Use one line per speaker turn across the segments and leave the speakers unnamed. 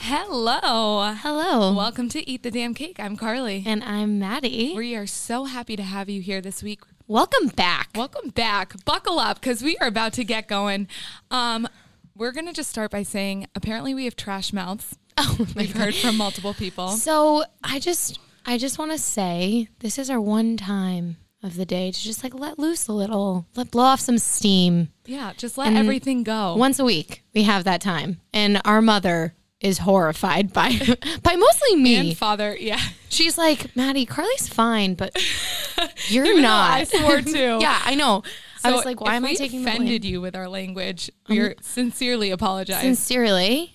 Hello.
Hello.
Welcome to Eat the Damn Cake. I'm Carly.
And I'm Maddie.
We are so happy to have you here this week.
Welcome back.
Welcome back. Buckle up because we are about to get going. Um, we're going to just start by saying apparently we have trash mouths.
Oh my
We've heard from multiple people.
So I just I just want to say this is our one time of the day to just like let loose a little, let blow off some steam.
Yeah, just let everything go.
Once a week we have that time, and our mother is horrified by by mostly me.
and father, yeah.
She's like, Maddie, Carly's fine, but you're
Even though
not.
I swore to.
yeah, I know. I
So
was like, why
if
am I
we
taking the blame?
offended you with our language? We're sincerely apologize.
sincerely,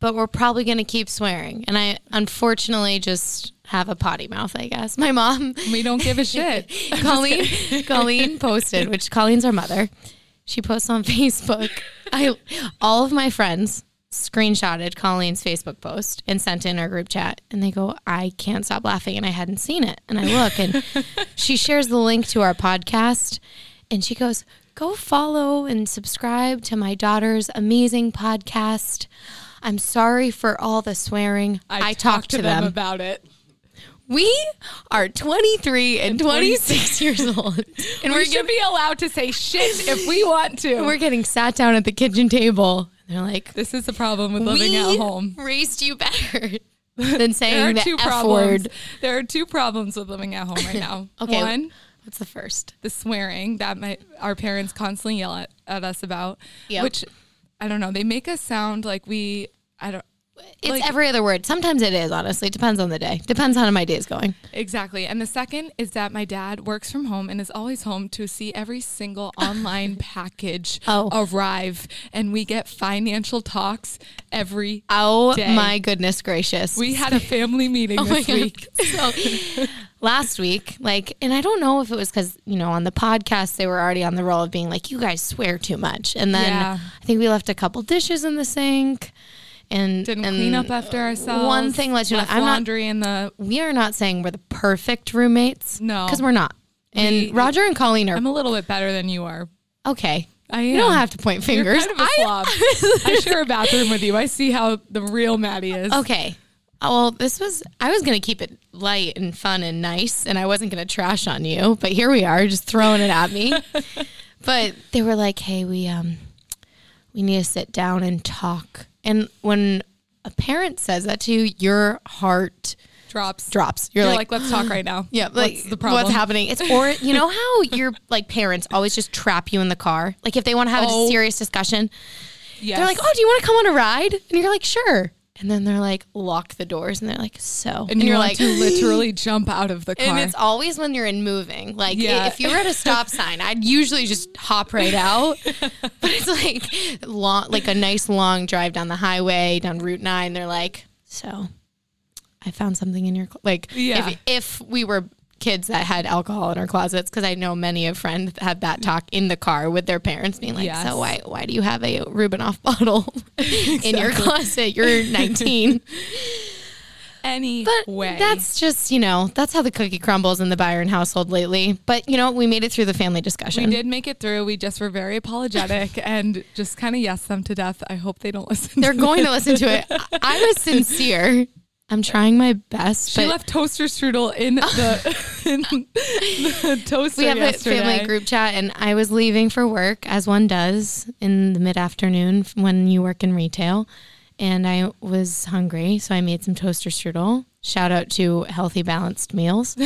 but we're probably going to keep swearing. And I unfortunately just have a potty mouth, I guess. My mom,
we don't give a shit.
Colleen, Colleen posted, which Colleen's our mother. She posts on Facebook. I all of my friends screenshotted Colleen's Facebook post and sent it in our group chat and they go, "I can't stop laughing and I hadn't seen it." And I look and she shares the link to our podcast and she goes, "Go follow and subscribe to my daughter's amazing podcast." I'm sorry for all the swearing. I, talk, to, them.
about it.
We are 23 and 26 years old, and
We
we're
should
getting,
be allowed to say shit if we want to.
we're getting sat down at the kitchen table. And they're like,
This is the problem with living
"We
at home.
raised you better than
There are
saying
two
the F
problems.
word."
There are two problems with living at home right now.
Okay.
One,
What's the first?
the swearing that my our parents constantly yell at, at us about,
Yep.
which I don't know. They make us sound like we I don't
It's
Like-
every other word. Sometimes it is. Honestly, it depends on the day. Depends on how my day is going.
exactly. And the second is that my dad works from home and is always home to see every single online package
Oh.
arrive, and we get financial talks every.
Oh
Day.
my goodness gracious!
We had a family meeting
Oh my
this
God.
week.
So last week, like, and I don't know if it was because, you know, on the podcast, they were already on the roll of being like, you guys swear too much. And then
Yeah.
I think we left a couple dishes in the sink and
Didn't
and
clean up after ourselves.
One thing let you know,
left
I'm not,
laundry in the
we are not saying we're the perfect roommates.
No.
Because we're not. And Roger and Colleen are
I'm a little bit better than you are.
okay.
I
You don't have to point
You're
fingers.
kind of a slob. I share a bathroom with you. I see how the real Maddie is.
Okay. Oh, well, this was, I was going to keep it light and fun and nice, and I wasn't going to trash on you, but here we are just throwing it at me. but they were like, hey, we, um, we need to sit down and talk. And when a parent says that to you, your heart
Drops.
drops. You're,
You're
like,
like, let's talk right now.
yeah, like
what's the problem?
What's happening? It's or you know how your like parents always just trap you in the car. Like if they want to have
Oh.
a serious discussion,
Yes.
they're like, "Oh, do you want to come on a ride?" And you're like, "Sure." And then they're like, lock the doors, and they're like, "So." And,
and, you
you're
want
like,
to literally jump out of the car.
and it's always when you're in moving. Like i-
Yeah.
if you were at a stop sign, I'd usually just hop right out. but it's like long, like a nice long drive down the highway down Route Nine. They're like, "So, I found something in your cl-. like."
Yeah.
If, if we were kids that had alcohol in our closets, because I know many a friend had that talk in the car with their parents, being like,
Yes.
"So why why do you have a Rubinoff bottle in your closet? You're 19."
anyway,
But that's just, you know, that's how the cookie crumbles in the Byron household lately. But, you know, we made it through the family discussion.
we did make it through. We just were very apologetic and just kind of yes them to death. I hope they don't listen.
They're
to
going to listen to it. I- I was sincere. I'm trying my best,
She
but
left toaster strudel in the, in the toaster
we have
yesterday.
a family group chat, and I was leaving for work, as one does in the mid afternoon when you work in retail. And I was hungry, so I made some toaster strudel. Shout out to Healthy Balanced Meals.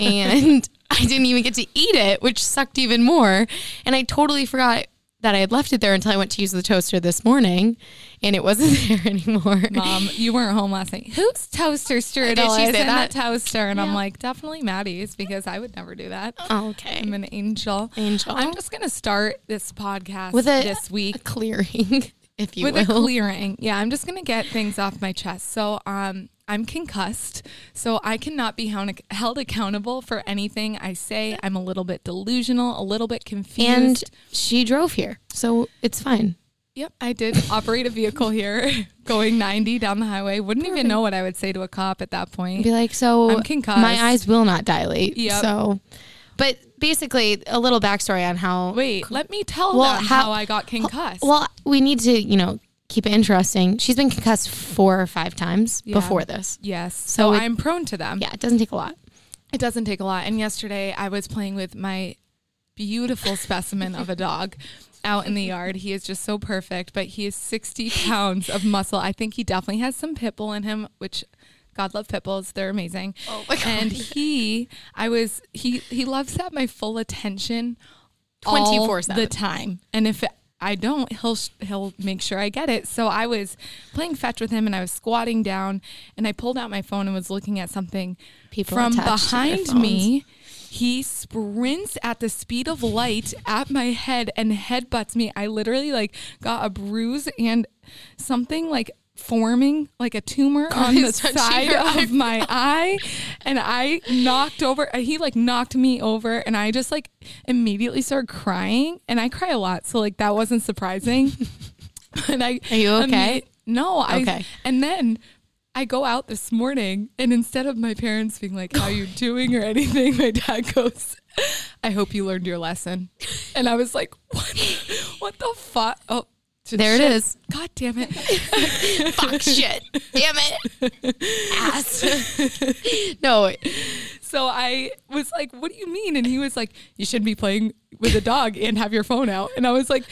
and I didn't even get to eat it, which sucked even more. And I totally forgot that I had left it there until I went to use the toaster this morning, and it wasn't there anymore.
Mom, you weren't home last night. Whose toaster strudel
Did she
is
say
in
that?
the toaster? And I'm
Yeah.
like, definitely Maddie's because I would never do that.
Oh, okay.
I'm an angel.
Angel.
I'm just gonna start this podcast
With a-
this week
A clearing, if you
with
will.
a clearing. Yeah, I'm just gonna get things off my chest. So, um, I'm concussed, so I cannot be hound- held accountable for anything I say. I'm a little bit delusional, a little bit confused.
and she drove here, so it's fine.
Yep, I did operate a vehicle here going 90 down the highway. Wouldn't even know what I would say to a cop at that point.
be like, so
I'm concussed.
my eyes will not dilate.
Yep.
So, but basically, a little backstory on how.
Wait, let me tell
Well,
them how,
how-
I got concussed.
Well, we need to, you know, keep it interesting. She's been concussed four or five times
Yeah.
before this.
Yes. So,
it-
I'm prone to them.
Yeah, it doesn't take a lot.
It doesn't take a lot. And yesterday I was playing with my beautiful specimen of a dog out in the yard. He is just so perfect, but he is 60 pounds of muscle. I think he definitely has some pit bull in him, which God love pit bulls. They're amazing. Oh my God. And he, I was, he, he loves to have my full attention all
24/7.
the time. And if I don't, he'll he'll make sure I get it. So I was playing fetch with him, and I was squatting down, and I pulled out my phone and was looking at something.
People
from
attached to their
behind me, he sprints at the speed of light at my head and headbutts me. I literally like got a bruise and something like forming like a tumor on the
is touching
side
your
of my eye and I knocked over uh, he like knocked me over and I just like immediately started crying and I cry a lot so like that wasn't surprising and I
Are you okay?
imme- no I
Okay.
and then I go out this morning and instead of my parents being like how you doing or anything my dad goes I hope you learned your lesson and I was like what what the fuck oh t-
There it
shit.
is.
God damn it.
Fuck shit. Damn it. Ass. no,
So I was like, "What do you mean?" And he was like, "You should be playing with a dog and have your phone out." And I was like,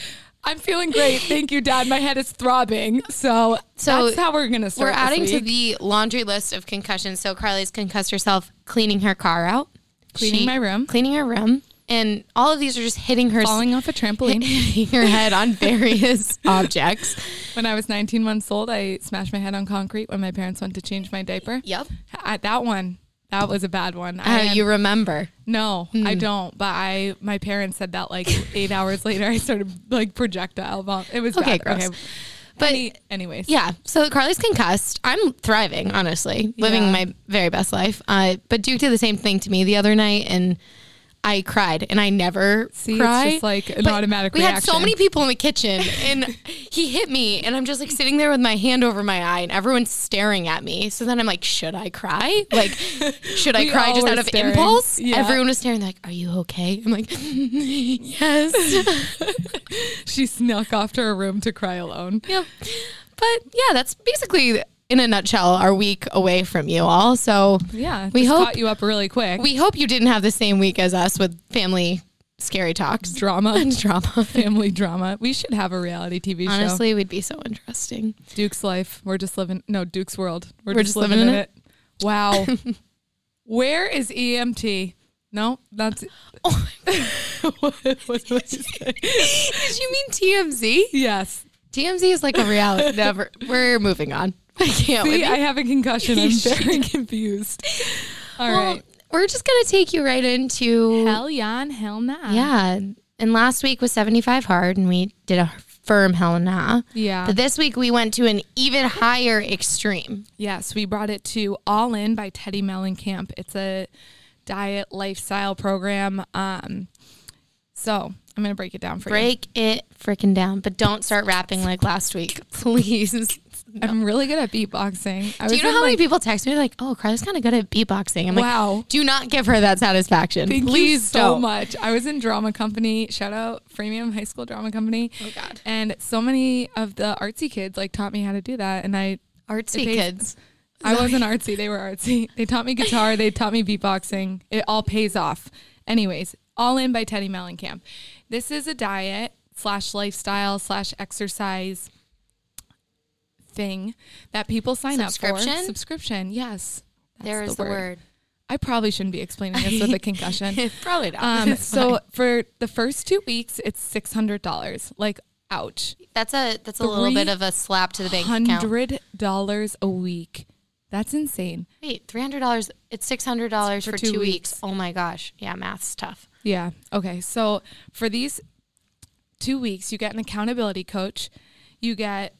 "I'm feeling great, thank you, Dad. My head is throbbing." So,
So
that's how we're gonna
we're
start. this
adding to
week.
the laundry list of concussions. So Carly's concussed herself cleaning her car out,
Cleaning my room.
cleaning her room, and all of these are just hitting her
falling off a trampoline.
hitting her head on various objects.
when I was 19 months old, I smashed my head on concrete when my parents went to change my diaper.
Yep.
I, that one. That was a bad one. I
Uh,
am-
you Hmm. remember?
no, I don't. But I, my parents said that like eight hours later, I started like projectile vom. It was
Okay,
bad.
gross. But
Any- anyways,
yeah, so Carly's concussed. I'm thriving, honestly, living
Yeah.
my very best life. Uh, but Duke did the same thing to me the other night, and I cried, and I never
See, it's
cry.
just like an automatic
We had so
reaction.
many people in the kitchen, and he hit me, and I'm just like sitting there with my hand over my eye, and everyone's staring at me. So then I'm like, should I cry? Like, should I
We
cry
all
just
were
out of
staring.
impulse?
Yeah.
Everyone was staring, like, are you okay? I'm like, yes.
she snuck off to her room to cry alone.
Yep. But yeah, that's basically in a nutshell our week away from you all. So
Yeah,
we
just
hope
caught you up really quick.
we hope you didn't have the same week as us with family scary talks
drama,
and drama.
family drama. We should have a reality TV
Honestly, we'd be so interesting.
show. Duke's life. We're just living. No, Duke's world. We're,
We're
just,
just
living,
living
in
in
it. Wow. Where is EMT? No, that's.
Oh,
what, what did I say?
did you mean TMZ?
yes.
TMZ is like a reality. Never. We're moving on. I can't. with
See,
you.
I have a concussion. I'm
She
very confused. All
Well,
right.
We're just gonna take you right into
Hell yon, hell nah.
yeah. And last week was seventy five hard, and we did a firm hell nah.
Yeah.
But this week we went to an even higher extreme.
Yes, we brought it to All In by Teddy Mellencamp. It's a diet lifestyle program. Um, so I'm going to break it down for
Break it freaking down, but don't start rapping like last week, please.
you. I'm really good at beatboxing. I
Do you know how many people text me like, "Oh, Carla's kind of good at beatboxing"? I'm
Wow.
like, "Do not give her that satisfaction,
Thank
please
you so
don't."
much. I was in drama company. Shout out Freemium High School Drama Company.
Oh, God.
And so many of the artsy kids like taught me how to do that, and I
Artsy
pays-
kids.
I wasn't artsy. They were artsy. They taught me guitar. They taught me beatboxing. It all pays off. Anyways, All In by Teddy Mellencamp. This is a diet slash lifestyle slash exercise thing that people sign up for.
Subscription?
Subscription. Yes. That's
There is the word.
I probably shouldn't be explaining this with a concussion.
Probably not.
Um, so for the first two weeks, it's six hundred dollars. Like, ouch.
that's a that's a little bit of a slap to the bank account.
Hundred dollars a week. That's insane.
Wait, three hundred dollars. It's six hundred dollars for, two, weeks. Oh my gosh, yeah, math's tough.
Yeah. Okay. So for these two weeks, you get an accountability coach, you get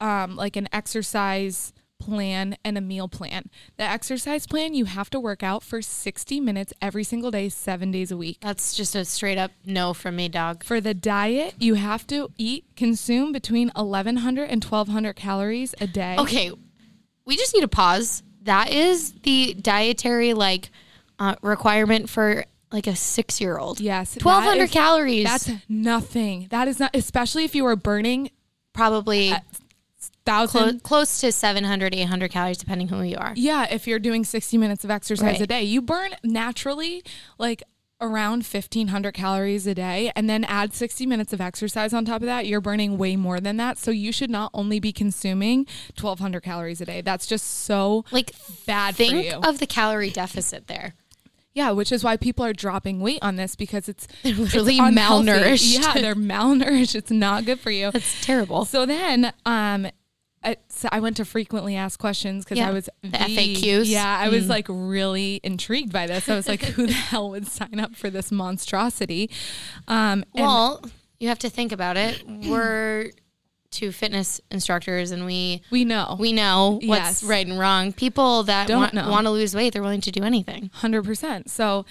um, like an exercise plan and a meal plan. The exercise plan, you have to work out for 60 minutes every single day, seven days a week.
That's just a straight up no from me, dog.
For the diet, you have to eat, consume between 1,100 and 1,200 calories a day.
Okay, we just need to pause. That is the dietary like uh, requirement for like a six year old.
Yes. that
twelve hundred
is-
calories.
That's nothing. That is not, especially if you are burning
probably Clo-
thousand.
close to 700, 800 calories, depending who you are.
um, Yeah, if you're doing 60 minutes of exercise a
Right.
day, you burn naturally like around 1500 calories a day and then add 60 minutes of exercise on top of that, you're burning way more than that. So you should not only be consuming 1200 calories a day. That's just so
Like,
bad for
think
you.
of the calorie deficit there.
yeah, which is why people are dropping weight on this because it's
They're literally
unhealthy.
malnourished.
Yeah, they're malnourished. It's not good for you.
That's terrible.
So then, um, I, so I went to frequently asked questions because
Yeah,
I was
the FAQs.
Yeah, I
Hmm.
was like really intrigued by this. I was like, who the hell would sign up for this monstrosity? Um, and-
well, you have to think about it. We're two fitness instructors and we
we know
we know what's
Yes.
right and wrong. People that
Don't
want,
know.
want to lose weight, they're willing to do anything.
hundred percent. So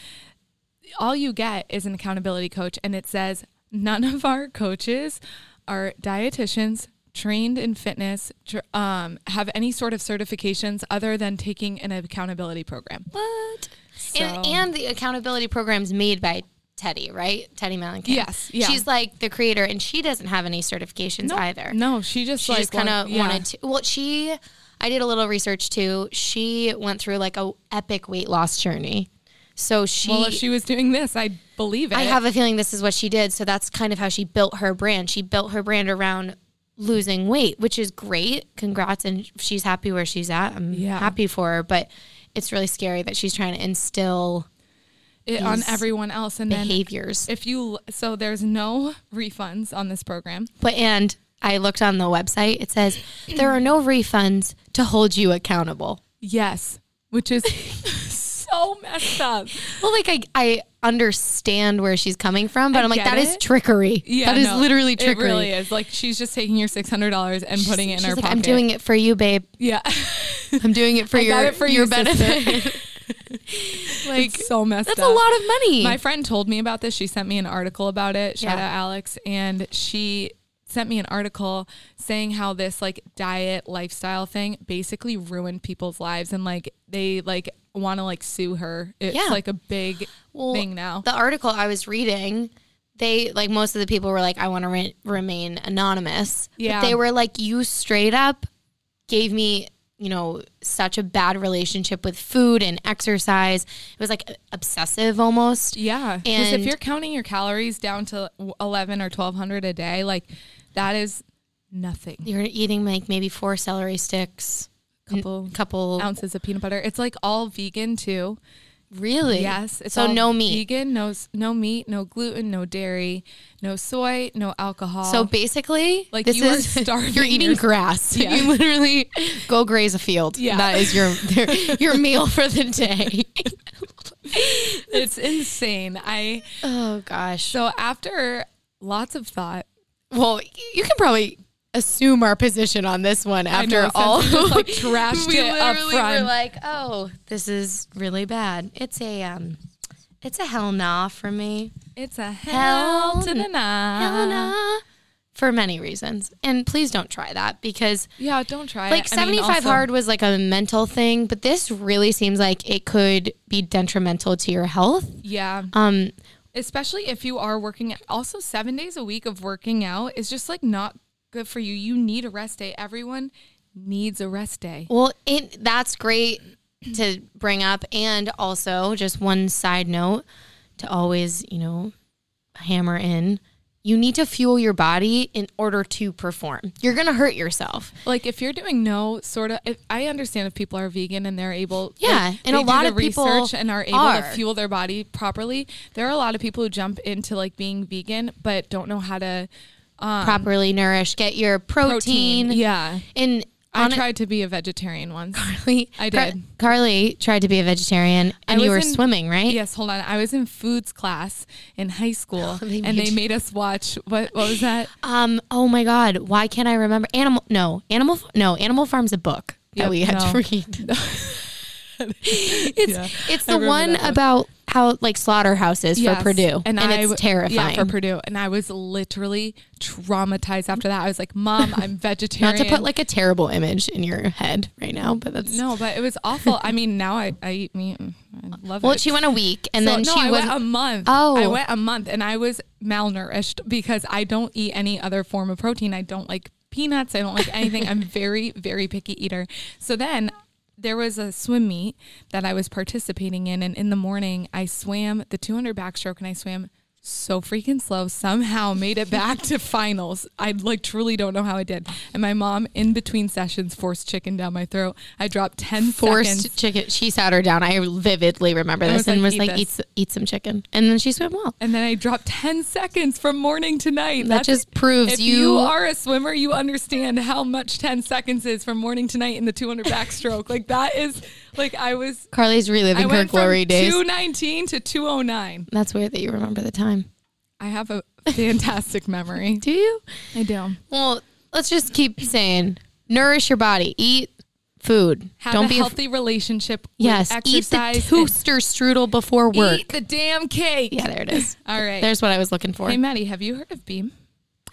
all you get is an accountability coach, and it says none of our coaches are dietitians trained in fitness tr- um, have any sort of certifications other than taking an accountability program.
What? And,
So-
and the accountability program's made by Teddy, right? Teddy Mellencamp.
Yes, yeah.
She's like the creator, and she doesn't have any certifications either.
No, she just
she
like
just kind of
want- yeah.
wanted to. Well, she, I did a little research too. She went through like a epic weight loss journey. So she,
Well, if she was doing this, I believe it.
I have a feeling this is what she did. So that's kind of how she built her brand. She built her brand around losing weight, which is great. Congrats. And she's happy where she's at. I'm
Yeah.
happy for her. But it's really scary that she's trying to instill
it on
these
everyone else. And then
behaviors.
if you, so there's no refunds on this program.
But, and I looked on the website, it says there are no refunds to hold you accountable.
Yes, which is so messed up.
Well, like I, I understand where she's coming from, but I am like,
get
that is
it.
trickery.
Yeah,
that is
no,
literally
It
trickery.
really is. Like she's just taking your six hundred dollars and putting it in
She's
her
like,
pocket.
I'm doing it for you, babe.
Yeah,
I'm doing it for your
got it for
your
you, sister.
benefit. like
It's so messed
that's
up.
a lot of money.
My friend told me about this. She sent me an article about it. Shout
Yeah.
out Alex. And she sent me an article saying how this like diet lifestyle thing basically ruined people's lives and like they like want to like sue her. It's
Yeah.
like a big
Well,
thing now.
The article I was reading, they like most of the people were like, I want to re- remain anonymous.
Yeah.
But they were like, you straight up gave me, you know, such a bad relationship with food and exercise. It was like obsessive almost.
yeah. Because if
And-
you're counting your calories down to 11 or 1200 a day, like that is nothing.
You're eating like maybe four celery sticks,
Couple
couple
ounces of peanut butter. It's like all vegan too.
really.
Yes. It's
so
all
no meat.
Vegan, no s- no meat, no gluten, no dairy, no soy, no alcohol.
So basically,
Like,
like this
you are
is
starving
You're eating
yourself.
grass. You literally go graze a field.
Yeah.
that is your your meal for the day.
it's insane. I
oh gosh.
so after lots of thought
Well, you can probably assume our position on this one
I know,
after
since
all.
we just, like trashed
we
it up
literally were
front.
like, "Oh, this is really bad. It's a um, it's a hell nah for me.
it's a hell,
Hell
to the nah.
Hell nah." For many reasons, and please don't try that because
Yeah, don't try
like
it. I mean,
75
also-
hard was like a mental thing but this really seems like it could be detrimental to your health
Yeah.
um
Especially if you are working also 7 days a week of working out is just like not good for you. You need a rest day. Everyone needs a rest day.
well it that's great to bring up and also just one side note to always you know hammer in you need to fuel your body in order to perform you're gonna hurt yourself
Like if you're doing no sort of, if, I understand if people are vegan and they're able,
Yeah,
like,
and a
they do
lot
the
of people
research and are able to
are.
fuel their body properly. There are a lot of people who jump into like being vegan but don't know how to um,
properly nourish get your protein,
protein. Yeah,
and
I
on
tried to be a vegetarian once.
Carly,
I
Car-
did.
Carly tried to be a vegetarian, and
I
you were
was in-
swimming, right?
Yes, hold on. I was in foods class in high school,
Oh, They
and
made
they
you-
made us watch what what was that?
Um. Oh my God. Why can't I remember animal? No, animal. No, Animal Farm's a book
Yep,
that we had
no.
to read. it's
Yeah,
it's
I
the
remember
one
that one.
about how like slaughterhouses
Yes.
for Purdue, and,
I
it's
w-
terrifying.
Yeah, for Purdue, and I was literally traumatized after that. I was like, "Mom, I'm vegetarian."
Not to put like a terrible image in your head right now, but that's
No, but it was awful. I mean, now I, I eat meat. and I love
Well,
it.
she went a week, and
So,
then
no,
she
I
was.
went a month.
Oh.
I went a month, and I was malnourished because I don't eat any other form of protein. I don't like peanuts. I don't like anything. I'm very, very picky eater. So then there was a swim meet that I was participating in. And in the morning, I swam the 200 backstroke and I swam so freaking slow. Somehow made it back to finals. I like truly don't know how I did. And my mom, in between sessions, forced chicken down my throat. I dropped 10
Forced
seconds.
chicken. She sat her down. I vividly remember
I
this
was
and
like,
was
"Eat
like,
this."
eat, s- eat some chicken. And then she swam well.
And then I dropped 10 seconds from morning to night.
That just proves
If
you-
you, are a swimmer, you understand how much 10 seconds is from morning to night in the 200 backstroke. like that is like I was
Carly's
I
reliving her
went
glory
from
days.
219 to 209.
That's weird that you remember the time.
I have a fantastic memory.
Do you?
I do.
Well, let's just keep saying nourish your body, eat food.
Have
Don't
a
be af-
healthy relationship with
Yes, eat the
exercise. and
toaster strudel before work.
eat the damn cake.
Yeah, there it is.
All right.
There's what I was looking for.
hey Maddie, have you heard of Beam?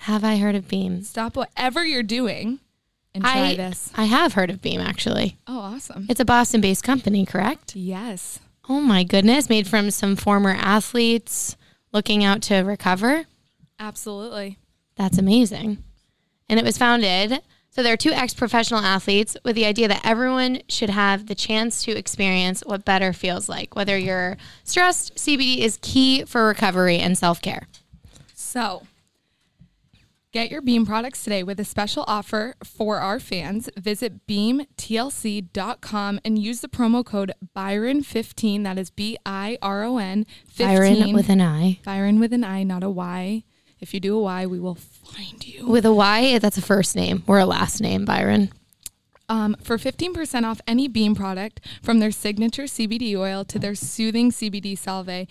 Have I heard of Beam?
Stop whatever you're doing and try
I
this.
I have heard of Beam actually.
Oh, awesome.
It's a Boston-based company, correct?
Yes.
Oh my goodness, made from some former athletes looking out to recover.
Absolutely.
That's amazing. And it was founded. So there are two ex professional athletes with the idea that everyone should have the chance to experience what better feels like. Whether you're stressed, CBD is key for recovery and self care.
So get your Beam products today with a special offer for our fans. Visit beamtlc.com and use the promo code Byron15. That is B I R O N 15.
Byron with an I.
Byron with an I, not a Y. If you do a Y, we will find you.
With a Y, that's a first name or a last name, Byron.
Um, for 15% off any Beam product, from their signature CBD oil to their soothing CBD salve.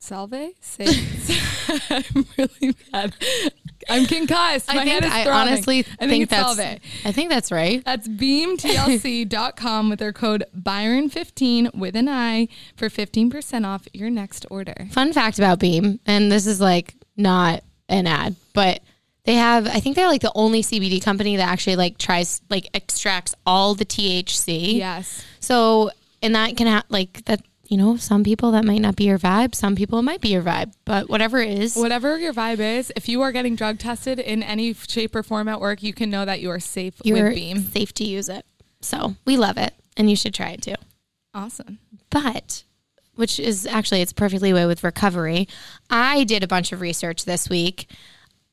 Salve? Say, I'm really bad. I'm concussed. My
I think
head is
I
throbbing.
honestly
I
think,
think it's
that's
salve.
I think that's right.
That's beamtlc.com with their code Byron15 with an I for 15% off your next order.
Fun fact about Beam, and this is like not an ad, but they have I think they're like the only CBD company that actually like tries like extracts all the THC.
Yes.
So, and that can ha- like that, you know, some people that might not be your vibe, some people it might be your vibe, but whatever it is,
Whatever your vibe is, if you are getting drug tested in any shape or form at work, you can know that you are safe
you're
with Beam.
safe to use it. So, we love it and you should try it too.
Awesome.
But which is actually it's perfectly way with recovery. I did a bunch of research this week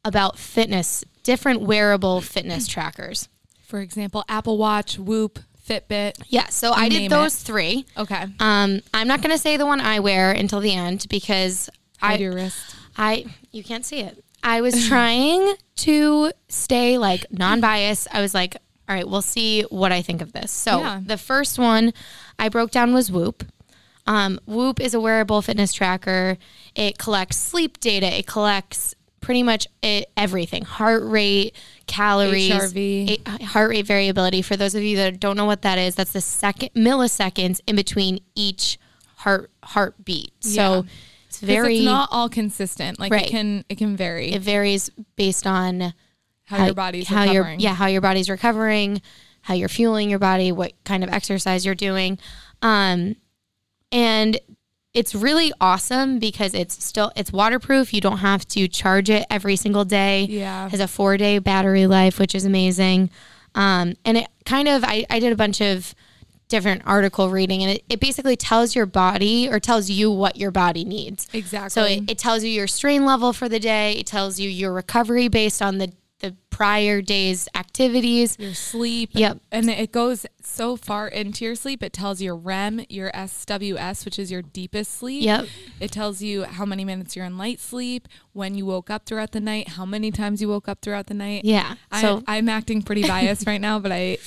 about fitness, different wearable fitness trackers.
For example, Apple Watch, Whoop, Fitbit.
Yeah, so I
Name
did
it.
those 3.
Okay.
Um I'm not going to say the one I wear until the end because I
Hide your wrist.
I you can't see it. I was trying to stay like non-biased. I was like, all right, we'll see what I think of this. So
Yeah.
the first one I broke down was Whoop. Um, Whoop is a wearable fitness tracker. It collects sleep data. It collects pretty much it, everything: heart rate, calories,
HRV.
a- heart rate variability. For those of you that don't know what that is, that's the second milliseconds in between each heart heartbeat.
Yeah.
So it's
'Cause
very
it's not all consistent. Like
Right.
it can it can vary
it varies based on
how, your body's
how your-
recovering.
yeah how your body's recovering how you're fueling your body what kind of exercise you're doing um and it's really awesome because it's still it's waterproof you don't have to charge it every single day
Yeah.
has a four day battery life which is amazing um and it kind of i, I did a bunch of different article reading and it, it basically tells your body or tells you what your body needs
Exactly.
so it, it tells you your strain level for the day. It tells you your recovery based on the, the prior day's activities.
your sleep.
Yep.
And it goes so far into your sleep. It tells your REM, your SWS, which is your deepest sleep.
Yep.
It tells you how many minutes you're in light sleep, when you woke up throughout the night, how many times you woke up throughout the night.
Yeah.
I,
so
I'm acting pretty biased right now, but I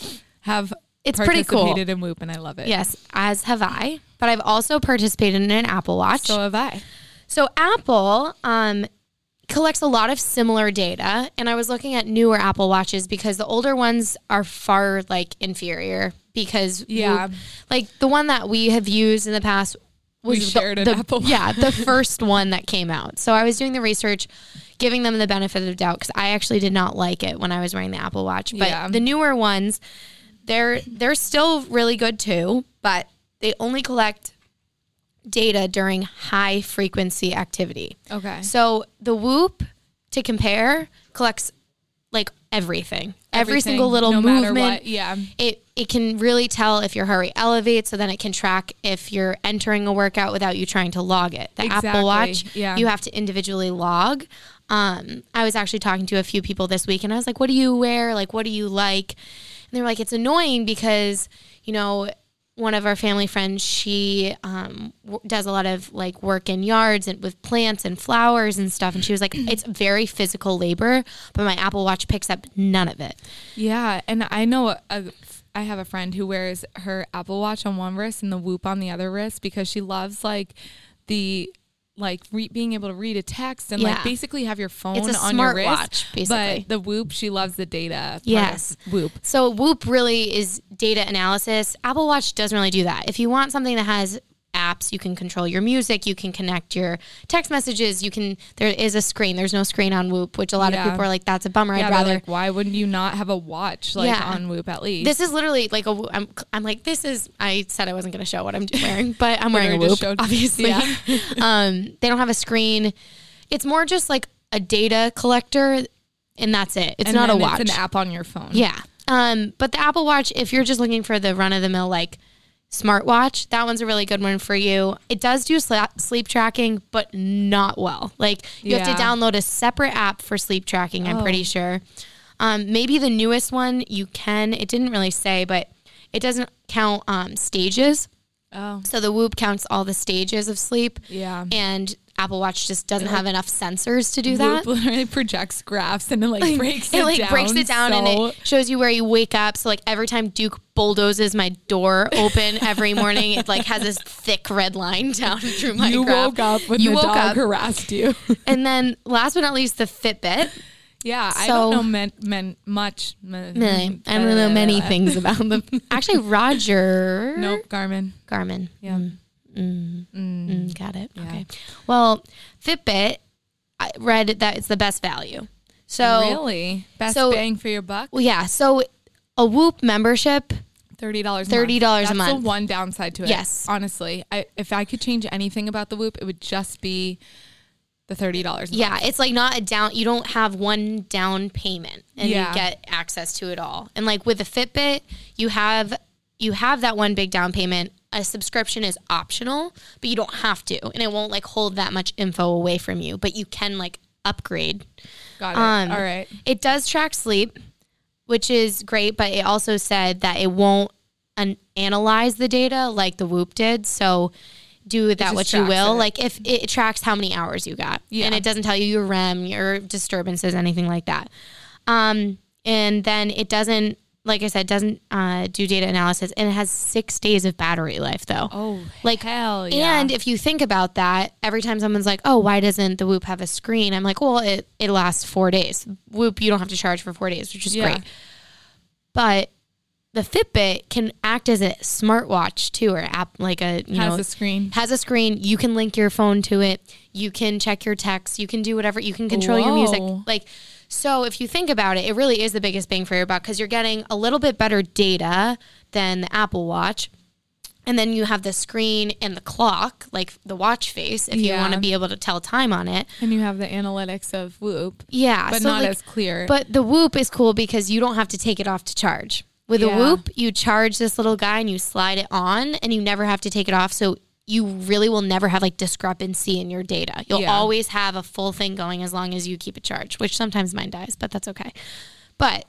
have
It's pretty cool.
participated in Whoop and I love it.
yes, as have I, but I've also participated in an Apple Watch.
So have I.
So Apple um, collects a lot of similar data, and I was looking at newer Apple Watches because the older ones are far like inferior because you-
Yeah.
like the one that we have used in the past was
We
the-
shared an
the,
Apple Watch.
yeah the first one that came out. So I was doing the research, giving them the benefit of the doubt because I actually did not like it when I was wearing the Apple Watch, but
Yeah.
the newer ones they're they're still really good too, but they only collect data during high frequency activity.
Okay.
So the Whoop to compare collects like everything, every
Everything,
single little
no matter
movement.
what, yeah.
It it can really tell if your heart rate elevates, so then it can track if you're entering a workout without you trying to log it. The Apple
Exactly,
Watch,
yeah.
you have to individually log. Um, I was actually talking to a few people this week, and I was like, "What do you wear? Like, what do you like?" And they're like, "It's annoying because you know." One of our family friends, she um, w- does a lot of like work in yards and with plants and flowers and stuff. And she was like, it's very physical labor, but my Apple Watch picks up none of it.
Yeah, and I know a- a- I have a friend who wears her Apple Watch on one wrist and the Whoop on the other wrist because she loves like the like re- being able to read a text and
Yeah.
like basically have your phone
It's a
on
smart
your wrist.
watch, basically.
But the Whoop, she loves the data. part of
Yes.
Whoop.
So Whoop really is data analysis. Apple Watch doesn't really do that. If you want something that has apps, you can control your music, you can connect your text messages, you can there is a screen. There's no screen on Whoop, which a lot of
Yeah.
people are like that's a bummer.
Yeah,
I'd
they're
rather
like why wouldn't you not have a watch like
Yeah.
on Whoop at least?
this is literally like a. I'm, I'm like this is. I said I wasn't going to show what I'm wearing, but I'm wearing a
Literally
whoop.
just showed-
Obviously,
Yeah.
um, they don't have a screen. It's more just like a data collector, and that's it. It's
And
not a
then
watch.
It's an app on your phone.
Yeah. Um, but the Apple Watch, if you're just looking for the run of the mill, like smartwatch, that one's a really good one for you. It does do sla- sleep tracking, but not well. Like you have to
Yeah. Oh.
download a separate app for sleep tracking, I'm pretty sure. Um, maybe the newest one you can, it didn't really say, but it doesn't count um, stages.
Oh.
So the Whoop counts all the stages of sleep.
Yeah.
And Apple Watch just doesn't have enough sensors to do that
Whoop literally projects graphs and it like, breaks it,
it like
down.
breaks it down and
so-
it shows you where you wake up. So like every time Duke bulldozes my door open every morning, it like has this thick red line down through my.
you
graph.
woke up when
You
the
woke
dog
up,
harassed you.
and then last but not least, the Fitbit.
Yeah, I
So-
don't know men, men much. Men,
I don't know many things about them. Actually, Roger.
Nope, Garmin.
Garmin.
Yeah.
Mm, got it. Okay. Well, Fitbit. I read that it's the best value. So
Really? Best
so-
bang for your buck?
well, yeah. So a Whoop membership
$30 a month.
$30 a
That's
month.
the one downside to it.
Yes.
Honestly, I, if I could change anything about the Whoop, it would just be the $30 a month.
Yeah, it's like not a down. You don't have one down payment, and you
Yeah.
get access to it all. And like with a Fitbit, you have you have that one big down payment. A subscription is optional, but you don't have to, and it won't like hold that much info away from you. But you can like upgrade.
Got it.
Um,
All right.
It does track sleep, which is great, but it also said that it won't an- analyze the data like the Whoop did. So do with that
just
what you
tracks
will.
it.
Like if it tracks how many hours you got,
Yeah.
and it doesn't tell you your REM, your disturbances, anything like that. Um, and then it doesn't, like I said, doesn't uh, do data analysis, and it has six days of battery life though.
Oh,
like,
hell yeah.
And if you think about that, every time someone's like, "Oh, why doesn't the Whoop have a screen?" I'm like, "Well, it it lasts four days. Whoop, you don't have to charge for four days, which is
Yeah.
great." But the Fitbit can act as a smartwatch too, or app like a you
Has
know
a screen.
has a screen. You can link your phone to it. You can check your texts. You can do whatever. You can control your music.
Whoa.
Like, so if you think about it, it really is the biggest bang for your buck because you're getting a little bit better data than the Apple Watch. And then you have the screen and the clock, like the watch face, if you
Yeah.
want to be able to tell time on it.
And you have the analytics of Whoop,
Yeah.
but
so,
not
like,
as clear.
But the whoop is cool because you don't have to take it off to charge. With a
Yeah.
whoop, you charge this little guy and you slide it on and you never have to take it off. So you really will never have like discrepancy in your data. You'll
Yeah.
always have a full thing going as long as you keep it charged, which sometimes mine dies, but that's okay. But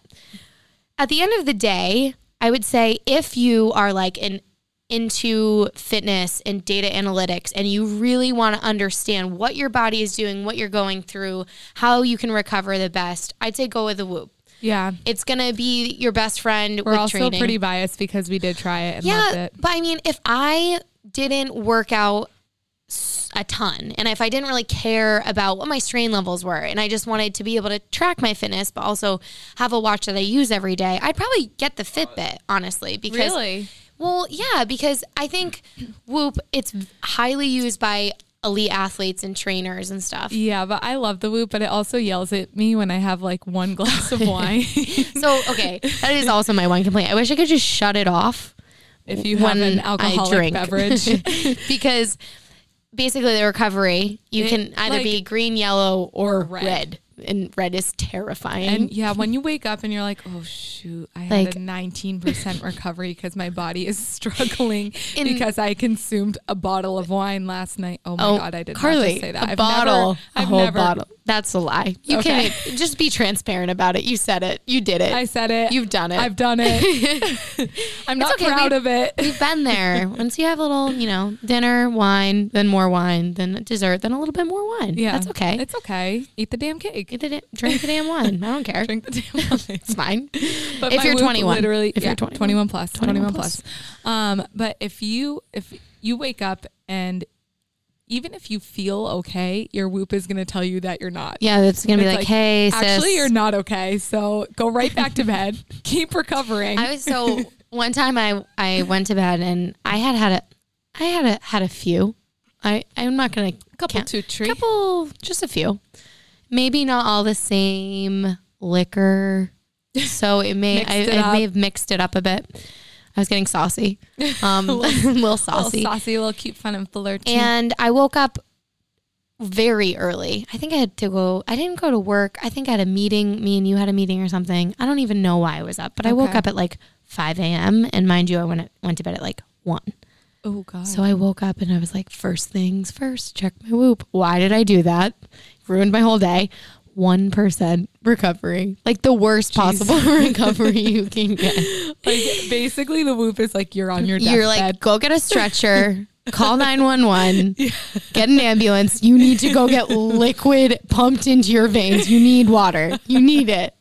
at the end of the day, I would say if you are like an into fitness and data analytics and you really want to understand what your body is doing, what you're going through, how you can recover the best, I'd say go with the Whoop.
yeah.
It's going to be your best friend
We're
with
also
training.
pretty biased because we did try it and loved
yeah,
it.
but I mean, if I didn't work out s- a ton and if I didn't really care about what my strain levels were and I just wanted to be able to track my fitness but also have a watch that I use every day, I'd probably get the Fitbit, honestly, because
Really?
well, yeah, because I think Whoop it's highly used by elite athletes and trainers and stuff.
Yeah, but I love the Whoop, but it also yells at me when I have like one glass of wine.
So, okay, that is also my one complaint. I wish I could just shut it off
if you have
When
an
Mm, I
alcoholic
drink.
beverage.
because basically the recovery, you can either be green, yellow or, red.
red.
and red is terrifying.
And yeah, when you wake up and you're like, oh shoot, I had
Like-
a 19% recovery because my body is struggling
In-
because I consumed a bottle of wine last night. Oh my god, I did not
Carly,
just say that.
A
I've
bottle,
never, I've
a whole
never,
bottle. That's a lie. You
Okay.
can just be transparent about it. You said it. You did it.
I said it.
You've done it.
I've done it. I'm not
okay,
proud
we-
of it.
We've been there. Once you have a little, you know, dinner, wine, then more wine, then dessert, then a little bit more wine.
Yeah,
that's okay.
It's okay. Eat the damn cake.
Eat the da- drink the damn wine. I don't care.
Drink the damn cake.
It's fine.
But
If
my
you're
whoop
21.
literally,
If
yeah,
you're 21.
21 plus,
21
21 plus. Um, but if you if you wake up and even if you feel okay, your whoop is going to tell you that you're not.
Yeah, it's gonna be
It's
like, hey, sis.
actually, you're not okay. So go right back to bed. Keep recovering.
I was so one time I I went to bed and I had had a I had a had a few. I I'm not gonna
couple
count.
two tree.
couple just a few. Maybe not all the same liquor. So it may I,
Mixed it
I
up.
may have mixed it up a bit. I was getting saucy. Um a little
Little
saucy.
saucy, little cute, fun, and flirty.
And I woke up very early. I think I had to go. I didn't go to work. I think I had a meeting. Me and you had a meeting or something. I don't even know why I was up, but I woke
Okay.
up at like 5 a.m. And mind you, I went went to bed at like one.
oh god.
So I woke up and I was like, first things first, check my whoop. Why did I do that? Ruined my whole day. 1% recovery. Like the worst possible recovery you can get.
like basically, the whoop is like you're on your deathbed.
You're like, go get a stretcher, call 911, get an ambulance. You need to go get liquid pumped into your veins. You need water. You need it.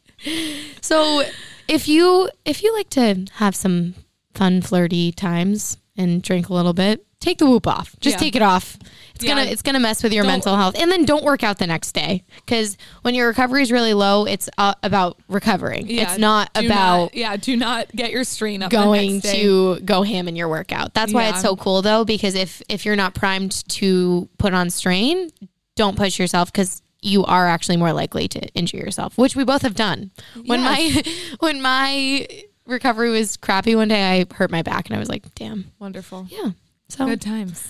So if you if you like to have some fun flirty times and drink a little bit, take the whoop off. Just
Yeah.
take it off. It's
Yeah.
gonna it's gonna mess with your mental health, and then don't work out the next day because when your recovery is really low, it's uh, about recovering.
Yeah,
it's not
do
about
yeah. Do not get your strain up. the
going
next day.
to go ham in your workout. That's why
Yeah.
it's so cool though, because if if you're not primed to put on strain, don't push yourself because you are actually more likely to injure yourself, which we both have done. When my when my recovery was crappy one day, I hurt my back and I was like, damn,
wonderful.
yeah. So
Good times.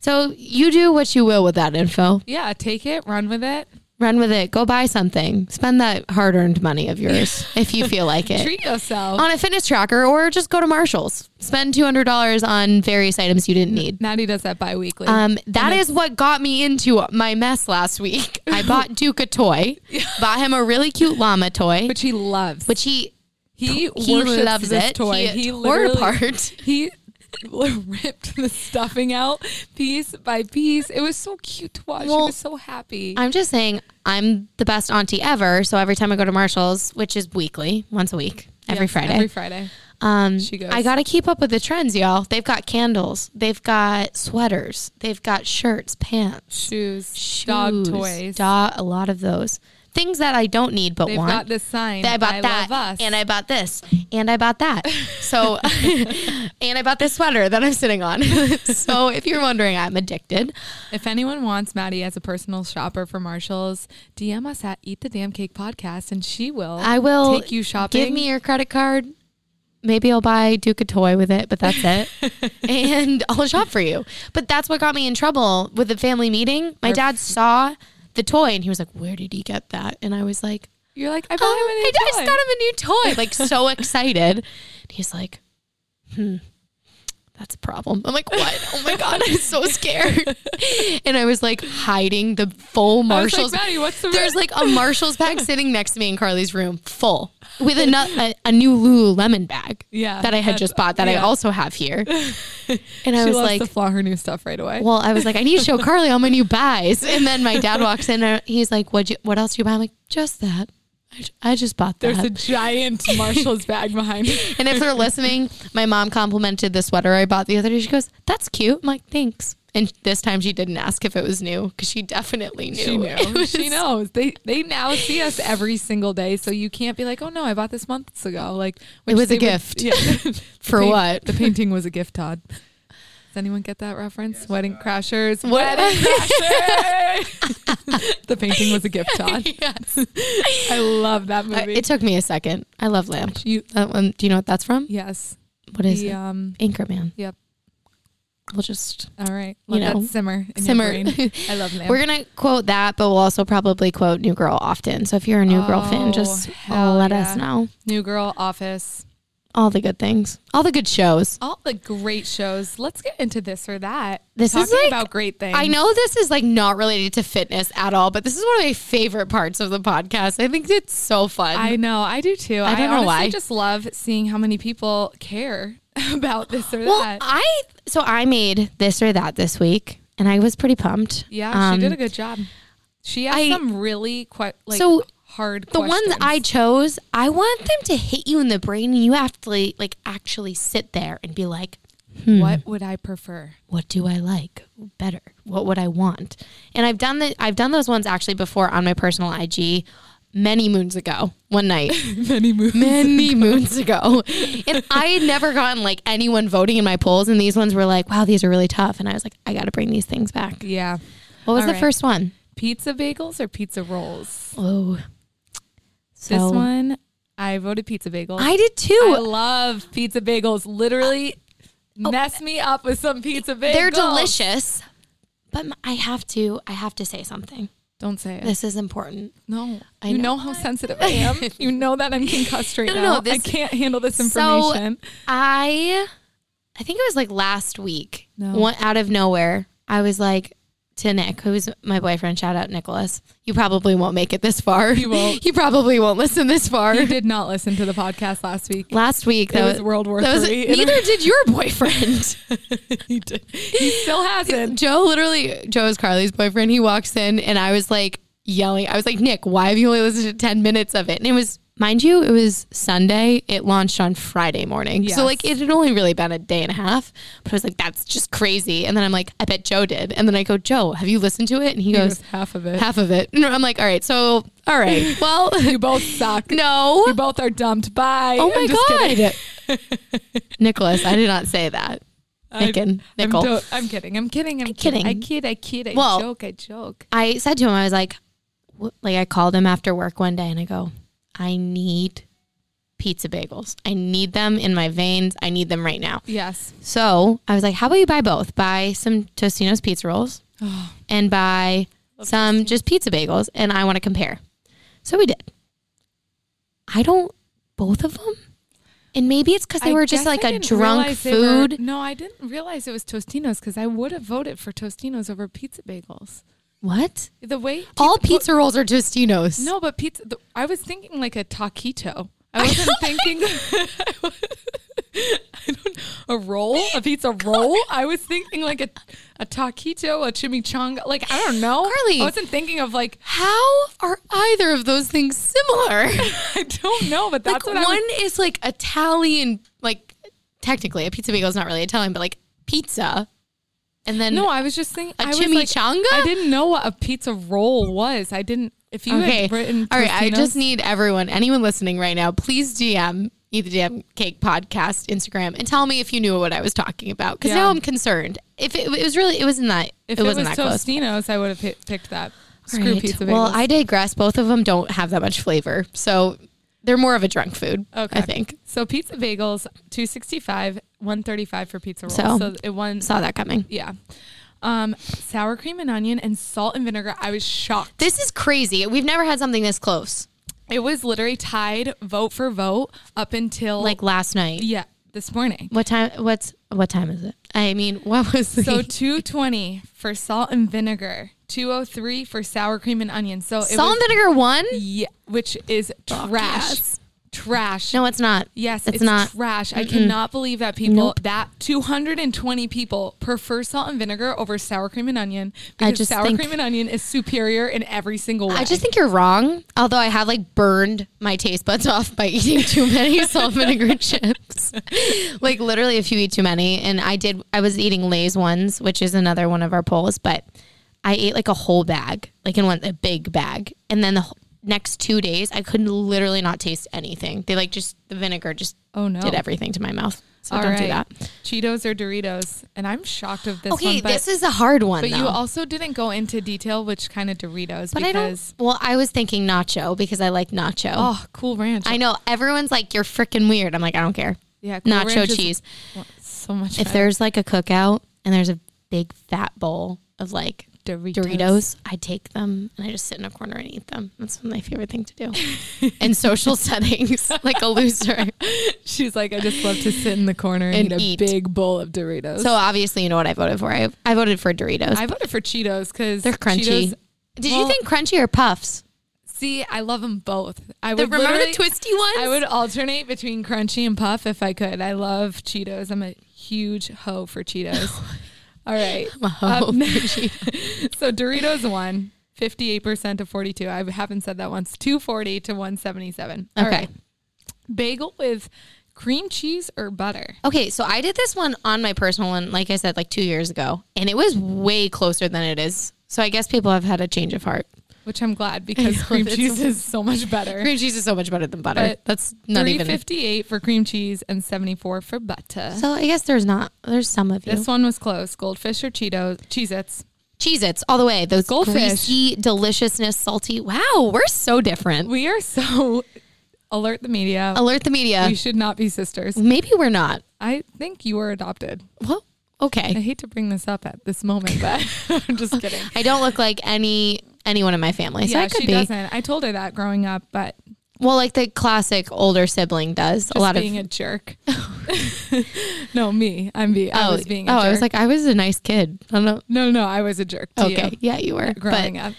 so you do what you will with that info.
Yeah, take it, run with it,
Run with it. Go buy something. Spend that hard earned money of yours if you feel like it.
treat yourself.
on a fitness tracker or just go to Marshall's. Spend $200 on various items you didn't need.
Maddie does that bi-weekly.
Um, that is what got me into my mess last week. I bought Duke a toy, bought him a really cute llama toy,
which he loves.
which he
he
he
worships
loves
this
it.
toy.
He
He,
tore it
literally
apart.
He ripped the stuffing out piece by piece. It was so cute to watch.
Well,
he was so happy.
I'm just saying I'm the best auntie ever. So every time I go to Marshall's, which is weekly, once a week, every
Yes,
Friday,
Every Friday.
Um,
She goes.
I got to keep up with the trends, y'all. They've got candles, they've got sweaters, they've got shirts, pants,
Shoes, dog
shoes,
toys.
dog, a lot of those things that I don't need but
They've
want.
got this sign.
I bought that,
love us.
and I bought this, and I bought that. So, and I bought this sweater that I'm sitting on. so, if you're wondering, I'm addicted.
if anyone wants Maddie as a personal shopper for Marshalls, DM us at Eat the Damn Cake Podcast, and she will.
I will
take you shopping.
Give me your credit card. Maybe I'll buy Duke a toy with it, but that's it. and I'll shop for you. But that's what got me in trouble with the family meeting. My dad saw the toy and he was like, Where did he get that? And I was like,
You're like I bought
Oh,
him
I,
an
I just got him a new toy. Like, so excited. And he's like, Hmm, that's a problem. I'm like, What? Oh my God, I'm so scared. and I was like, hiding the full
I was
Marshall's
like, Maddie, what's the
there's like a Marshall's bag sitting next to me in Carly's room, full with a, nu- a, a new Lululemon bag.
Yeah,
that I had
that's-
just bought that I
yeah.
also have here. And I
She
was
loves
like,
to flaunt her new stuff right away.
well, I was like, I need to show Carly all my new buys. And then my dad walks in and he's like, what? You, what else do you buy? I'm like, just that. I, ju- I just bought that.
There's a giant Marshall's bag behind her.
and if they're listening, my mom complimented the sweater I bought the other day. She goes, "That's cute." I'm like, "Thanks." And this time she didn't ask if it was new because she definitely knew.
She
It
knew.
was-
She knows. They they now see us every single day, so you can't be like, oh no, I bought this months ago. Like which
was a
they would-
gift.
yeah. The
For
paint-
what?
The painting was a gift, Todd. Does anyone get that reference? Wedding Crashers.
What-
Wedding Crashers. the painting was a gift, Todd.
Yes.
I love that movie.
I- it took me a second. I love Lamp.
you,
That one, do you know what that's from?
yes.
What is
the
it?
um.
Anchorman.
Yep.
we'll just
All right.
You
Let
know,
that simmer. In
simmer.
Your brain. I love them.
We're gonna quote that, but we'll also probably quote New Girl often. So if you're a New Girl fan,
Oh,
just uh,
hell
let us
yeah.
know
New Girl, Office,
all the good things, all the good shows.
all the great shows. Let's get into this or that.
This is
Talking
like-
about great things.
I know this is like not related to fitness at all, but this is one of my favorite parts of the podcast. I think it's so fun.
I know. I do too. I,
don't know
honestly
why.
just love seeing how many people care about this or
well,
that.
I so I made this or that this week, and I was pretty pumped.
yeah,
Um,
she did a good job. She has
I-
some really que- like
So,
hard
The
questions.
ones I chose, I want them to hit you in the brain, and you have to like, like actually sit there and be like, Hmm.
What would I prefer?
what do I like better? What would I want? And I've done the I've done those ones actually before on my personal IG many moons ago. One night,
Many movies.
many moons ago. And I had never gotten like anyone voting in my polls and these ones were like, wow, these are really tough and I was like, I got to bring these things back.
Yeah.
What was
All
the
right.
first one?
Pizza bagels or pizza rolls?
Oh. So
This one, I voted pizza bagels.
I did
I
too.
love pizza bagels. Literally, mess me up with some pizza bagels.
Oh. They're delicious. But m- I have to I have to say something.
Don't say it.
This is important.
no,
I
you
know.
know how sensitive I am. you know that I'm concussed right
No, no,
now.
no, this-
I can't handle this
So-
information.
I I think it was like last week.
No.
One out of nowhere, I was like to Nick, who's my boyfriend, shout out Nicholas. You probably won't make it this far. You
won't.
you probably won't listen this far.
you did not listen to the podcast last week.
Last week
It
that
was World War
that was-
Three.
neither did your boyfriend.
he did. He still hasn't.
Joe literally Joe is Carly's boyfriend. He walks in and I was like yelling. I was like, Nick, why have you only listened to 10 minutes of it? And it was mind you, it was Sunday. It launched on Friday morning.
Yes.
So like it had only really been a day and a half. But I was like, that's just crazy. And then I'm like, I bet Joe did. And then I go, Joe, have you listened to it? And he
He
goes,
was half of it.
half of it. And I'm like, all right, so all right. Well
you both suck.
no.
You both are dumped. Bye.
Oh
I'm
my
just kidding.
god. Nicholas, I did not say that. Nickin.
I'm,
Nickel.
do- I'm kidding. I'm kidding. I'm
kidding.
kidding. I kid. I kid. I
Well-
joke. I joke.
I said to him, I was like, wh- like I called him after work one day and I go, I need pizza bagels. I need them in my veins. I need them right now.
Yes.
So I was like, how about you buy both? Buy some Tostino's pizza rolls and buy some just pizza bagels. And I want to compare. So we did. I don't, both of them. And maybe it's because they
I
were just
guess
like
I
a
didn't
drunk
realize they were-
food.
no, I didn't realize it was Tostinos because I would have voted for Tostinos over pizza bagels.
what?
The way
All pizza rolls are Tostino's.
no, but pizza. The, I was thinking like a taquito. I wasn't thinking. I don't a roll, a pizza roll. I was thinking like a a taquito, a chimichanga. Like I don't know.
Carly.
I wasn't thinking of like
How are either of those things similar?
I don't know, but
like
that's
one
what I was.
is like Italian, like technically a pizza bagel is not really Italian, but like pizza, and then
No, I was just thinking
a
I was, like,
chimichanga.
I didn't know what a pizza roll was. I didn't. If you
okay,
had written,
all right. I
Tostinos-
just need everyone, anyone listening right now, please DM either DM Cake Podcast Instagram and tell me if you knew what I was talking about because
Yeah.
now I'm concerned. If it, it was really, it wasn't that.
If
it wasn't that close.
Tostinos, I would have pi- picked that.
All
Screw
right.
pizza bagels.
Well, I digress. Both of them don't have that much flavor, so they're more of a drunk food.
Okay.
I think
so pizza bagels, two sixty five, one thirty five for pizza rolls.
So-
So, it won.
saw that coming.
Yeah, um, sour cream and onion and salt and vinegar. I was shocked.
This is crazy. We've never had something this close.
It was literally tied vote for vote up until
Like last night.
yeah this morning.
What time? What's what time is it? I mean, what was the?
So two twenty for salt and vinegar, two oh three for sour cream and onion. So it
salt
was,
and vinegar one?
yeah, which is
Fuck
trash,
yes.
trash.
No, it's not.
Yes,
it's,
it's,
not.
trash. I cannot believe that people
Nope.
that 220 people prefer salt and vinegar over sour cream and onion
I
because
just
sour
think-
cream and onion is superior in every single way.
I just think you're wrong. Although I have like burned my taste buds off by eating too many salt and vinegar chips. Like literally, if you eat too many, and I did, I was eating Lay's ones, which is another one of our polls, but I ate like a whole bag, like in one a big bag, and then the wh- next two days I could literally not taste anything. They like just the vinegar just
Oh, no.
did everything to my mouth. So
All
don't do
right.
that.
Cheetos or Doritos, and I'm shocked of this
Okay,
one. But,
this is a hard one.
but you
though.
also didn't go into detail which kind of Doritos
but I
because
don't. Well, I was thinking nacho because I like nacho.
oh, Cool Ranch.
I know everyone's like, "You're freaking weird." I'm like, I don't care.
yeah, Cool
Nacho
Ranch is
cheese.
so much.
If
better.
there's like a cookout and there's a big fat bowl of like
Doritos.
Doritos, I take them and I just sit in a corner and eat them. That's my favorite thing to do in social settings, like a loser.
She's like, I just love to sit in the corner and,
And eat.
eat a big bowl of Doritos.
So obviously, you know what I voted for. I, I voted for Doritos.
I voted for Cheetos because
They're crunchy. Did you
well-
think crunchy or puffs?
see, I love them both. I
The
would
remember the
literally-
twisty ones?
I would alternate between crunchy and puff if I could. I love Cheetos. I'm a huge hoe for Cheetos. All right.
I'm a hoe
Up next- so Doritos won 58% to 42. I haven't said that once. 240 to 177. All
Okay.
right. Bagel with cream cheese or butter.
Okay, so I did this one on my personal one, like I said, like two years ago, and it was way closer than it is. So I guess people have had a change of heart.
Which I'm glad because
know,
cream
that's
cheese is so much better.
Cream cheese is so much better than butter.
But
That's not even. A,
358 for cream cheese and 74 for butter.
so I guess there's not. There's some of you.
This one was close. Goldfish or Cheetos, Cheez-Its.
Cheez-Its all the way. Those
Goldfish.
greasy deliciousness, salty. Wow, we're so different.
We are so alert the media.
Alert the media.
We should not be sisters.
Maybe we're not.
I think you were adopted.
Well,
I
okay.
hate to bring this up at this moment, but I'm just kidding.
I don't look like any anyone in my family, so I
yeah,
could
she
be.
doesn't. I told her that growing up, but
Well, like the classic older sibling does.
just
a lot of
being a jerk. no, me. I'm be. I was being. A
oh,
jerk.
I was like, I was a nice kid. I don't know.
no, no, I was a jerk. To
Okay,
you
yeah, you were.
growing
but
up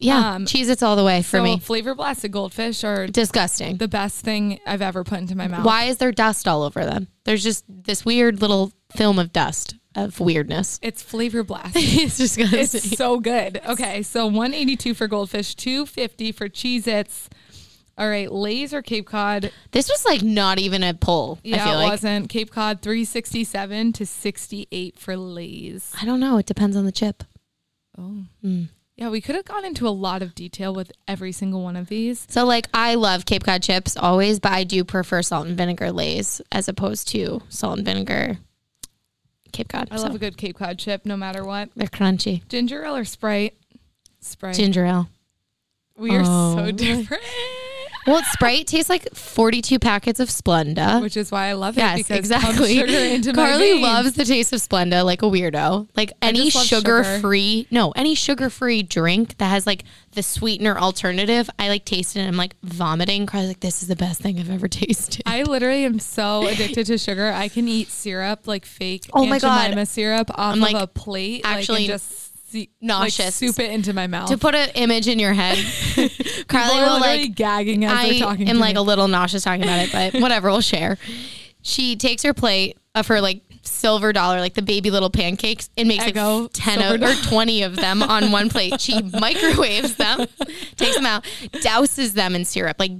yeah,
Um,
cheese it's all the way for
so
me.
Flavor blasted goldfish are
Disgusting.
the best thing I've ever put into my mouth.
Why is there dust all over them? There's just this weird little film of dust of weirdness.
It's flavor blast.
it's disgusting.
It's so good. Okay, so 182 for goldfish, 250 for Cheez Its. All right, Lay's or Cape Cod?
this was like not even a poll. I
Yeah,
feel
it
like
wasn't. Cape Cod 367 to 68 for Lay's.
I don't know. It depends on the chip.
Oh. Yeah, we could have gone into a lot of detail with every single one of these.
So like I love Cape Cod chips always, but I do prefer salt and vinegar lays as opposed to salt and vinegar Cape Cod.
I
so
love a good Cape Cod chip no matter what.
they're crunchy.
Ginger ale or Sprite? Sprite.
Ginger ale.
we are
Oh.
so different.
Well, Sprite tastes like 42 packets of Splenda.
Which is why I love it.
yes,
because
exactly.
Pump sugar into my
Carly
veins.
loves the taste of Splenda like a weirdo. Like any
just love sugar.
sugar-free, no, any sugar-free drink that has like the sweetener alternative, I like taste it and I'm like vomiting. Carly's like, this is the best thing I've ever tasted.
I literally am so addicted to sugar. I can eat syrup, like fake
Oh
Aunt
my God.
Jemima syrup off
I'm, like,
of a plate.
actually
like, and just see,
nauseous.
Like, soup it into my mouth.
to put an image in your head,
People
Carly
are
will
literally
like
gagging as
I
we're talking.
am
to
like
me.
a little nauseous talking about it, but whatever, we'll share. She takes her plate of her like silver dollar, like the baby little pancakes, and makes
Eggo
like ten
silver
of, or twenty of them on one plate. She microwaves them, takes them out, douses them in syrup, like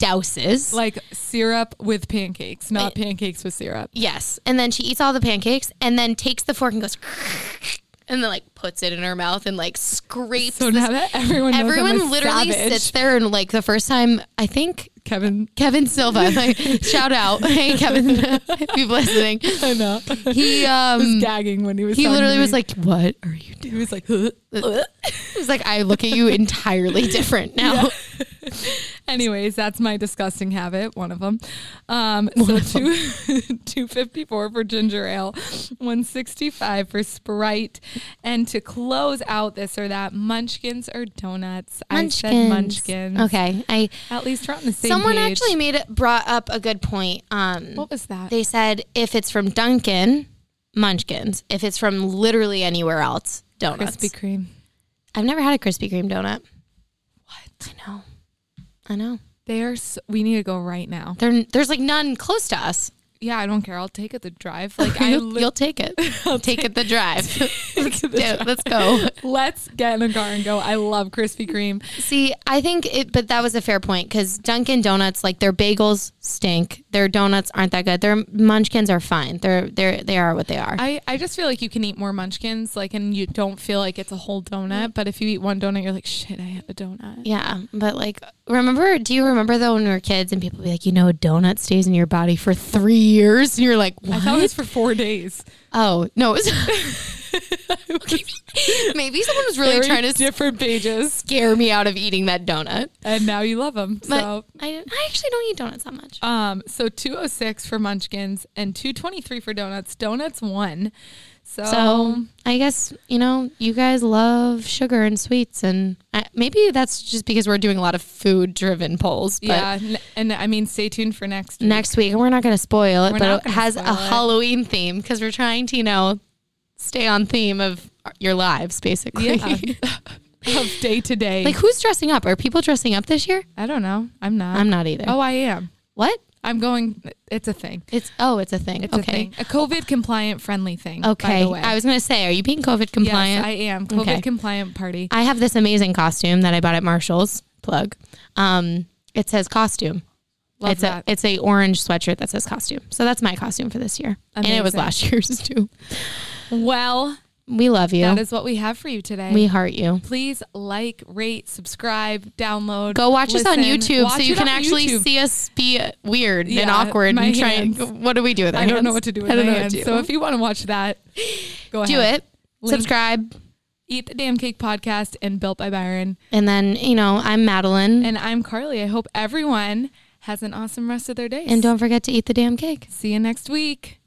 douses.
like syrup with pancakes, not pancakes with syrup.
yes, and then she eats all the pancakes, and then takes the fork and goes, and then like puts it in her mouth and like scrapes.
So
this-
now that everyone knows I'm
Everyone
a
literally
savage,
sits there and like the first time I think
Kevin.
Kevin Silva. Like, shout out, hey Kevin, if you're listening.
I know.
He um
gagging when he was.
he
talking
literally
to
was
me.
like, "What are you doing?"
He was like. "Huh, huh."
He was like, "I look at you entirely different now."
Anyways, that's my disgusting habit, one of them. Um, so two, 254 for ginger ale, 165 for Sprite. And to close out this or that, munchkins or donuts. I said munchkins.
Okay, I
At least we're on the same
someone
page. Mm.
actually made it brought up a good point. Um,
What was that?
they said if it's from Dunkin', Munchkins. If it's from literally anywhere else, donuts.
Krispy Kreme.
I've never had a Krispy Kreme donut.
What?
I know, I know.
They are. So, we need to go right now.
There, there's like none close to us.
Yeah, I don't care. I'll take it the drive. Like I.
you'll,
Li-
you'll take it. take it the drive.
Take it the
Yeah, Let's go.
Let's get in a car and go. I love Krispy Kreme.
See, I think it, but that was a fair point because Dunkin' Donuts, like their bagels stink. Their donuts aren't that good. Their munchkins are fine. They're they're they are what they are.
I, I just feel like you can eat more munchkins, like, and you don't feel like it's a whole donut. But if you eat one donut, you're like, shit, I had a donut.
yeah, but like, remember? Do you remember though when we were kids and people would be like, you know, a donut stays in your body for three years, and you're like,
I
what?
thought it was for four days.
oh no, it was. Maybe someone was really
Very
trying to
different pages,
scare me out of eating that donut.
and now you love them.
But
So,
I, I actually don't eat donuts that much.
oh um, so 206 for munchkins and 223 for donuts. Donuts won. So,
So I guess you know you guys love sugar and sweets, and I, maybe that's just because we're doing a lot of food-driven polls. But
yeah, n- and I mean, stay tuned for next week.
next week, and we're not going to spoil it,
We're not
but
gonna
it has a
spoil it.
Halloween theme because we're trying to you know stay on theme of your lives, basically.
yeah, of day to day.
like who's dressing up? Are people dressing up this year?
I don't know. I'm not.
I'm not either.
Oh, I am.
What?
I'm going. It's a thing.
It's oh, it's a thing.
It's
okay.
a thing. A COVID compliant friendly thing.
Okay.
By the way.
I was going to say, are you being COVID compliant?
Yes, I am. COVID
Okay.
compliant party.
I have this amazing costume that I bought at Marshalls. Plug. Um, it says costume.
Love
it's
that.
a it's a orange sweatshirt that says costume. So that's my costume for this year, and it was
Amazing.
last year's too.
well,
We love you.
that is what we have for you today.
we heart you.
Please like, rate, subscribe, download.
Go watch us on
listen.
YouTube
Watch
so you
it
can
on
actually
YouTube.
see us be weird and
Yeah,
awkward
my
and try
hands.
and what do we do with our
I don't know
hands?
what to do with
I don't
my
know what
hands.
to do.
So if you want to watch that, go
do
ahead.
it.
Link.
Subscribe.
Eat the Damn Cake podcast and Built by Byron.
And then, you know, I'm Madeline.
And I'm Carly. I hope everyone has an awesome rest of their day.
and don't forget to eat the damn cake.
see you next week.